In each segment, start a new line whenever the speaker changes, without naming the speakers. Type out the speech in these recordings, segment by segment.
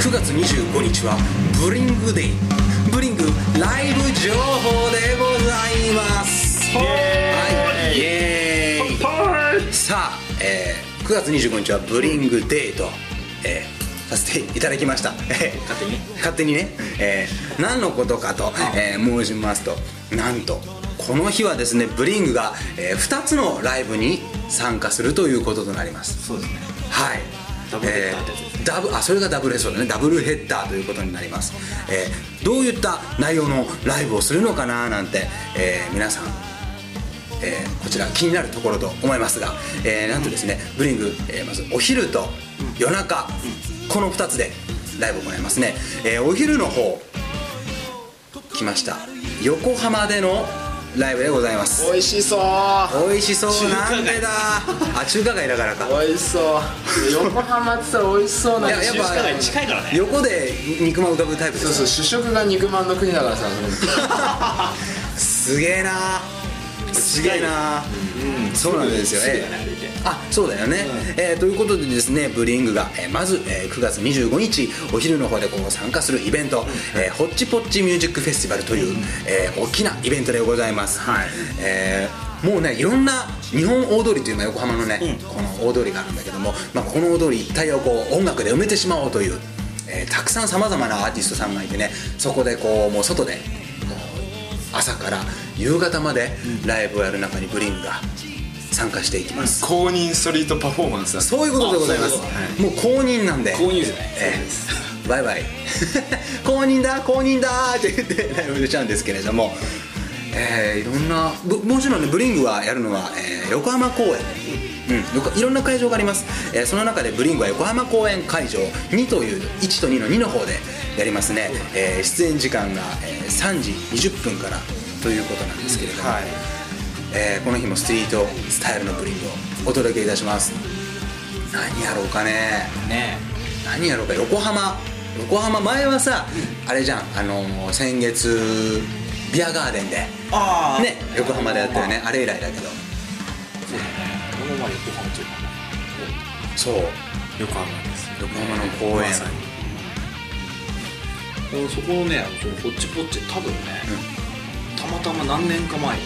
9月25日はブリングデイブリングライブ情報でございます
イエ
はいイエーイ
ーイ
さあ、えー9月25日はブリングデーと、えーさせていただきました、えー
勝手にね
勝手にね、えー何のことかと、えー申しますとなんとこの日はですねブリングが、え2つのライブに参加するということとなります
そうですね
はい
ダブルヘッダーってやつ
えーダブあそれがダブルヘッダーだねダブルヘッダーということになります、えーどういった内容のライブをするのかななんて、えー皆さん、えーこちら気になるところと思いますが、えーなんとですねブリング、えーまずお昼と夜中、この2つでライブを行いますね、えーお昼の方来ました横浜でのライブでございます
美味しそう
美味しそうなんでだあ中華街だからか
美味しそう横浜って言ったら美味しそうなんで
いややっ
中
ぱ
華街近いからね
横で肉まん浮かぶタイプで
そう
す
そう主食が肉まんの国だからさその
すげえなすげえなそうなんですよ
すぐ
ね
だね歩いて
あそうだよね、えーということでですねブリングが、えーまず、えー9月25日お昼の方でこう参加するイベント、えーホッチポッチミュージックフェスティバルという、えー大きなイベントでございます、
はい
えーもうねいろんな日本大通りというのは横浜のね、この大通りがあるんだけども、まあ、この大通り一帯をこう音楽で埋めてしまおうという、えーたくさんさまざまなアーティストさんがいてねそこでこうもう外でもう朝から夕方までライブをやる中にブリングが参加していきます、
公認ストリートパフォーマンスだ
そういうことでございます。もう公認なんで。
公認ですね
ええバイ バイ。公認だ公認だーって言ってライブしちゃうんですけれども、ええいろんなぶもちろんねブリングはやるのは、ええ横浜公園。うん、よかいろんな会場があります、ええその中でブリングは横浜公園会場2という1と2の2の方でやりますね、ええ出演時間が、ええ3時20分からということなんですけれども、えーこの日もストリートスタイルのブリングをお届けいたします何やろうかね
ね
何やろうか横浜横浜前はさあれじゃんあのー先月ビアガーデンで
ああ
ね横浜でやったよねあれ以来だけど
この前横浜中
そう
横浜です
横浜の公園
まさに
華そこのねそのホッチポッチ多分ね、たまたま何年か前にね、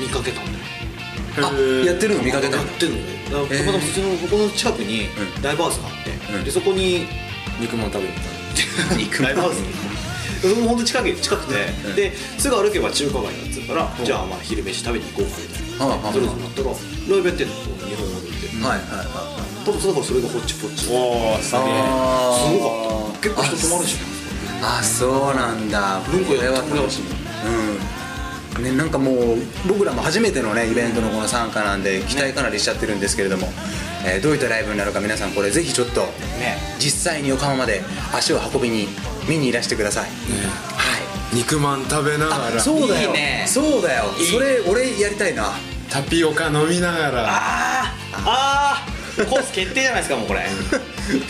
見かけたんだよ
あやってるの見かけた
や
の
ってるのねだから
えー
たまたまそのここの近くに
うん
ライブハウスがあって、
うん
でそこに
肉まん食べに行っ た
肉まん
ライブハウスにそこも本当近く近くて、ですぐ歩けば中華街だっつうから、じゃあまあ昼飯食べに行こうかみたいな、
ああああ
それぞれなったらライブやってんの日本語でって、
はいはいはい
多分そうだからそれがホッチポッチすごか
おおすげえ
あー
った結構人泊まるし
あそうなんだ
文庫
これ
や
は
ってもらう
楽しみうんねなんかもう僕らも初めてのねイベントのこの参加なんで期待かなりしちゃってるんですけれども、えーどういったライブになるか皆さんこれぜひちょっと
ね
実際に横浜まで足を運びに見にいらしてください、はい
肉まん食べながら
そうだよ
いいね
そうだよそれ俺やりたいな
タピオカ飲みながら
あーあーコース決定じゃないですかもうこれ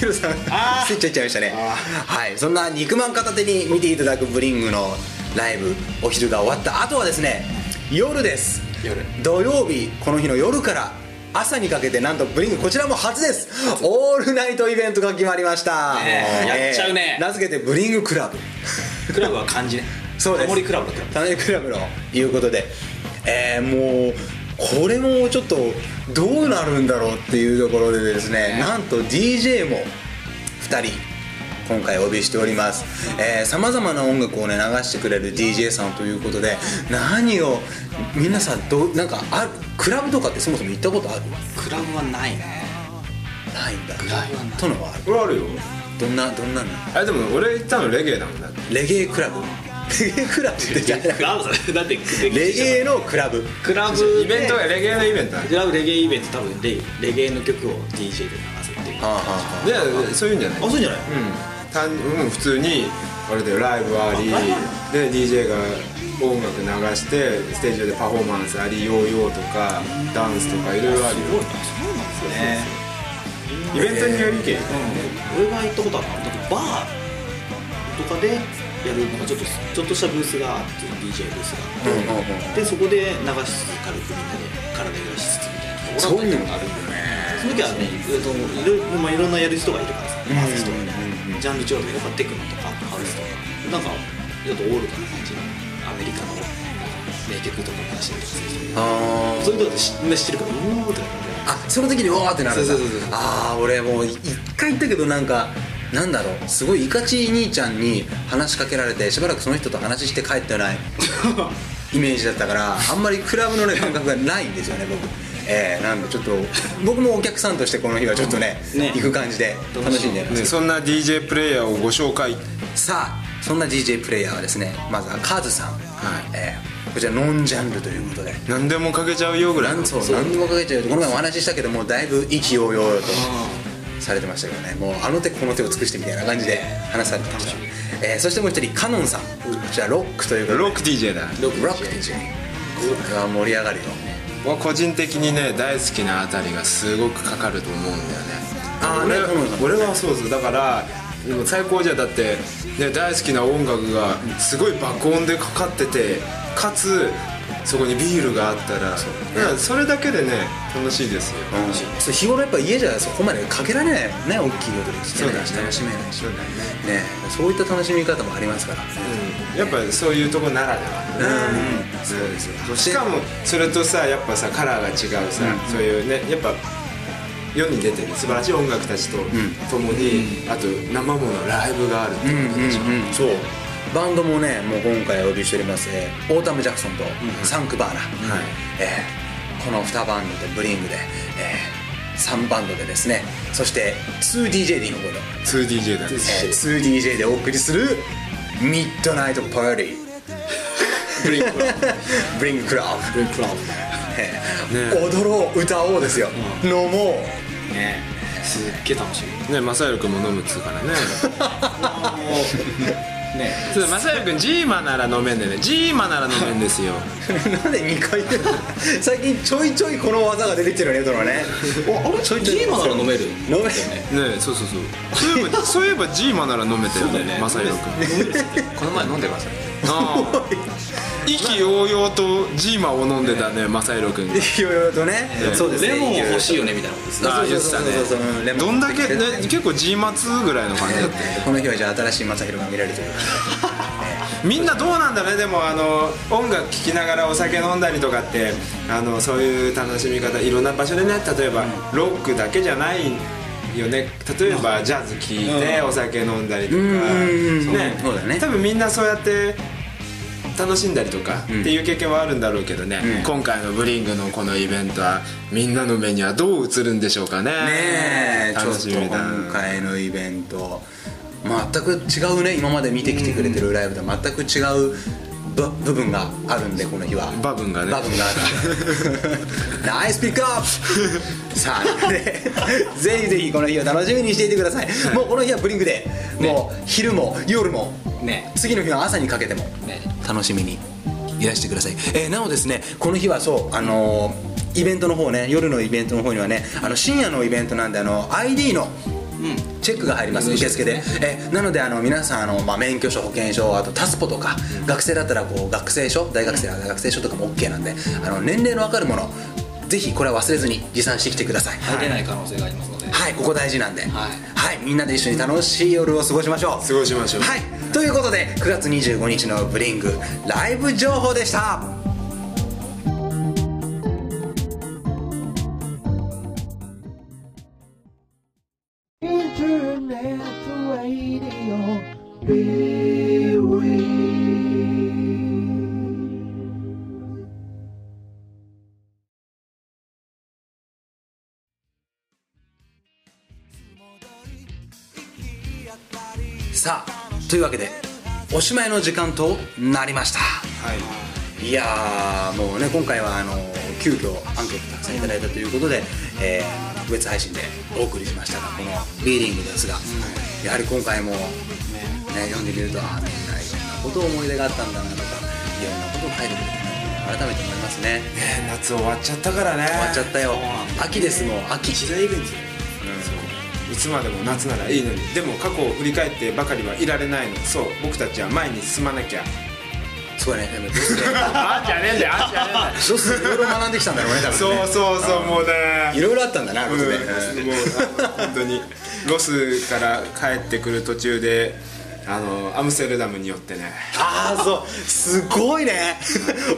ピロさん
あー
スイッチ入っちゃいましたねはいそんな肉まん片手に見ていただくブリングのライブお昼が終わった後はですね夜です
夜
土曜日この日の夜から朝にかけてなんとブリングこちらも初ですオールナイトイベントが決まりました、
ねえやっちゃうね
名付けてブリングクラブ
クラブは漢字ね
そうです
タモリクラブだった
タモリクラブのいうことで、えーもうこれもちょっとどうなるんだろうっていうところでですね、
ね
なんと DJ も2人今回お呼びしておりますさまざまな音楽をね流してくれる DJ さんということで何を皆さんどうなんかあるクラブとかってそもそも行ったことある
クラブはないね
ないんだク
ラブはない
とのはある
俺あるよ
どんなどんなの
あでも俺行ったのレゲエだもんだって
レゲエクラブレゲエクラブってじゃ
クラブだだって
レゲエのクラブ
クラブ
イベントがレゲエのイベントだ
クラブレゲエイベント多分レレゲエの曲を DJ で流すっていう
はあはあ
いやそういうんじゃない
あそうじゃない
うん単うん普通にあれだよライブありで DJ が音楽流してステージ上でパフォーマンスありヨーヨーとかダンスとかいろいろあるよ
ね
イベントによりけり
俺が行ったことあるのはなんかバーとかでやるなんかちょっとちょっとしたブースがあって DJ ブースが
う
あ
んうんうん
ってでそこで流しつつ軽くみんなで体揺らしつつみたいなところがあるんだよねその時はねいろいろといろいろまあいろんなやる人がいるからさ回す人がいるジャンル調でやっぱテクノとかハウスとかなんかちょっとオールドな感じのアメリカのなんか名曲とかも出してるとかする人
あー
そういうことって知みんな知ってるからうおーってなって
あその時にわーってなるんだ
そうそうそうそう
ああ俺もう一回言ったけどなんかなんだろうすごいイカチ兄ちゃんに話しかけられてしばらくその人と話して帰ってない イメージだったからあんまりクラブのね感覚がないんですよね僕ええなんでちょっと僕もお客さんとしてこの日はちょっとね
ね
行く感じで楽しんでます
ね、そんな DJ プレイヤーをご紹介
さあそんな DJ プレイヤーはですねまずはカズさん、
い
ええこちらノンジャンルということで
何でもかけちゃうよぐらい
なんそう何でもかけちゃうとこの前お話ししたけどもうだいぶ意気揚々とされてましたけどねもうあの手この手を尽くしてみたいな感じで話されてました、えーそしてもう一人カノンさんこちらロックということで
ロック DJ だ
ロック DJ これは盛り上がるよ
は個人的にね大好きなあたりがすごくかかると思うんだよね
あー
俺
ねうん
俺はそうそうだからでも最高じゃんだって、ね、大好きな音楽がすごい爆音でかかっててかつそこにビールがあったらそ,、それだけでね楽しいですよ、
うんそう日頃やっぱ家じゃそこまでかけられないもんね大きい音でして
そうだね
楽しめないし
そうだね
ねそういった楽しみ方もありますから
やっぱそういうとこならでは
うん
そうですよ
そして
しかもそれとさやっぱさカラーが違うさ、そういうねやっぱ世に出てる素晴らしい音楽たちと共に、あと生ものライブがあるっていうことでしょ、
うんうんそうバンドもねもう今回お呼びしております、えーオータム・ジャクソンとサンク・バーナ、
はい
えーこの2バンドでブリングで、え3バンドでですねそして 2DJ でいいのこれ、
2DJ だね
えー 2DJ でお送りするミッドナイト・パーティーブリングクラブ ブリングクラブ、
ブレイクラウン
えー踊ろう歌おうですよ、飲もう
ねすっげえ楽しみ
ねマサヤル君も飲むっつうからね
ね
そうマサヤル君ジーマなら飲めんだよねジーマなら飲めんですよ
なんで2回言うの最近ちょいちょいこの技が出てきてるねドラね
あれ
ちょいちょい
ジーマなら飲める
飲める
ねそうそうそうそういえばそういえばジーマなら飲めたよねマサヤル君
この前飲んでましたね
あ あ意気揚々とジーマを飲んでたねマサヤル 君が
いろいろとね、そうですね
レモン欲しいよねみたいなことですね
ああ言ってたね
そうそうそうそうレモン
どんだけ、ね、結構 G 末ぐらいの感じだっ
この日はじゃあ新しい正弘が見られてる
たみんなどうなんだねでもあの音楽聴きながらお酒飲んだりとかってあのそういう楽しみ方いろんな場所でね例えばロックだけじゃないよね例えばジャズ聴いてお酒飲んだりとか、
うんうん
ね
そうだね
多分みんなそうやって楽しんだりとかっていう経験はあるんだろうけどね、
うん
今回のブリングのこのイベントはみんなの目にはどう映るんでしょうかね
ねえちょ
楽
っと
しみだ
今回のイベント全く違うね今まで見てきてくれてるライブとは全く違うぶ部分があるんでこの日は
バブンがね
バブン があるナイスピックアップさあなの でぜひぜひこの日を楽しみにしていてください、もうこの日はブリンクで、もう昼も夜も、
ね
次の日の朝にかけても、
ね
楽しみにいらしてください、えーなおですねこの日はそうあのーイベントの方ね夜のイベントの方にはねあの深夜のイベントなんであの ID のチェックが入ります、受付で、えーなのであの皆さんあの、まあ、免許証保険証あとタスポとか学生だったらこう学生証大学生なら学生証とかも OK なんであの年齢の分かるものぜひこれは忘れずに持参してきてください
入れない可能性がありますので
はいここ大事なんでは、
はい
みんなで一緒に楽しい夜を過ごしましょう
過ごしましょう
はいということで9月25日のブリングライブ情報でしたさあというわけでおしまいの時間となりました いやーもうね今回はあの急遽アンケートたくさんいただいたということで、えー特別配信でお送りしましたがこの「ビーリング」ですが、やはり今回も、ね、読んでみるとああみんないろんなことを思い出があったんだなとかいろんなことを書いてくれたなって改めて思いますね
夏終わっちゃったからね
終わっちゃったよ秋ですもう秋
一大イベント
いつまでも夏ならいいのにでも過去を振り返ってばかりはいられないのそう僕たちは前に進まなきゃ
そうだねでもどうして
あんじゃねえんだよあんじゃねえんだよ
どうしていろいろ学んできたんだろうね多分
そう
ね
そうそうもう
い
ね
ろいろあったんだなこ
うん
と
も
で、
うあ本当にロスから帰ってくる途中であのアムステルダムに寄ってね
ああそうすごいね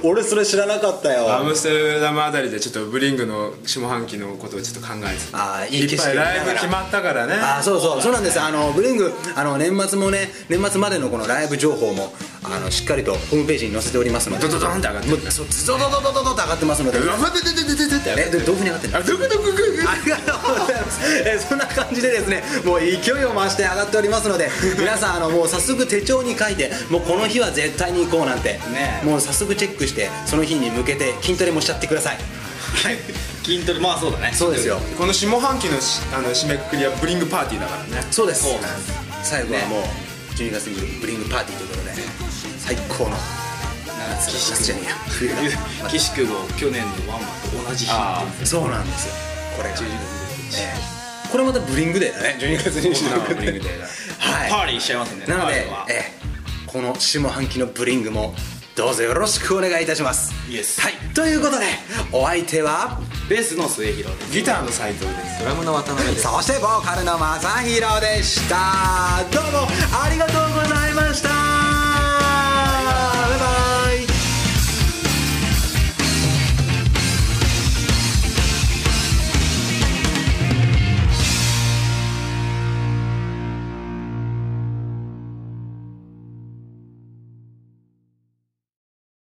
俺それ知らなかったよ
アムステルダムあたりでちょっとブリングの下半期のことをちょっと考えてた
ああいい
い
景
っ
色
ぱい
見ながら
ライブ決まったからね
あーそうそうそうなんですあのブリングあの年末もね年末までのこのライブ情報もあのしっかりとホームページに載せておりますので
ドドドンって上がって
も
る
うそうズドドドドドドと上がってますので
うわ待ってててててて
えでどういうふうに上がってるの
あどこどこどこ
ありがとうございます。えーそんな感じでですね、もう勢いを増して上がっておりますので、皆さんあのもう早速手帳に書いて、もうこの日は絶対に行こうなんて、
ねえ
もう早速チェックしてその日に向けて筋トレもしちゃってください。
筋トレまあそうだね
そうですよ。
この下半期のしあの締めくくりはブリングパーティーだからね
そうです
そうで。
最後はもう12月にブリングパーティーということで、最高の
長
季節じゃねえや
月
冬だ。
岸君を去年のワンマンと同じ日
あ
そうなんですよ。これが。えーこれまたブリングデーだね。12月26日。
ブリングデーだ
はい。
パーリーしちゃいますんでね
なので
パー、リーは
ええこの下半期のブリングもどうぞよろしくお願いいたします
イエス
はいということでお相手は
ベースの末広です
ギターの斎藤です
ドラムの渡辺です
そしてボーカルの正宏でしたどうもありがとうございました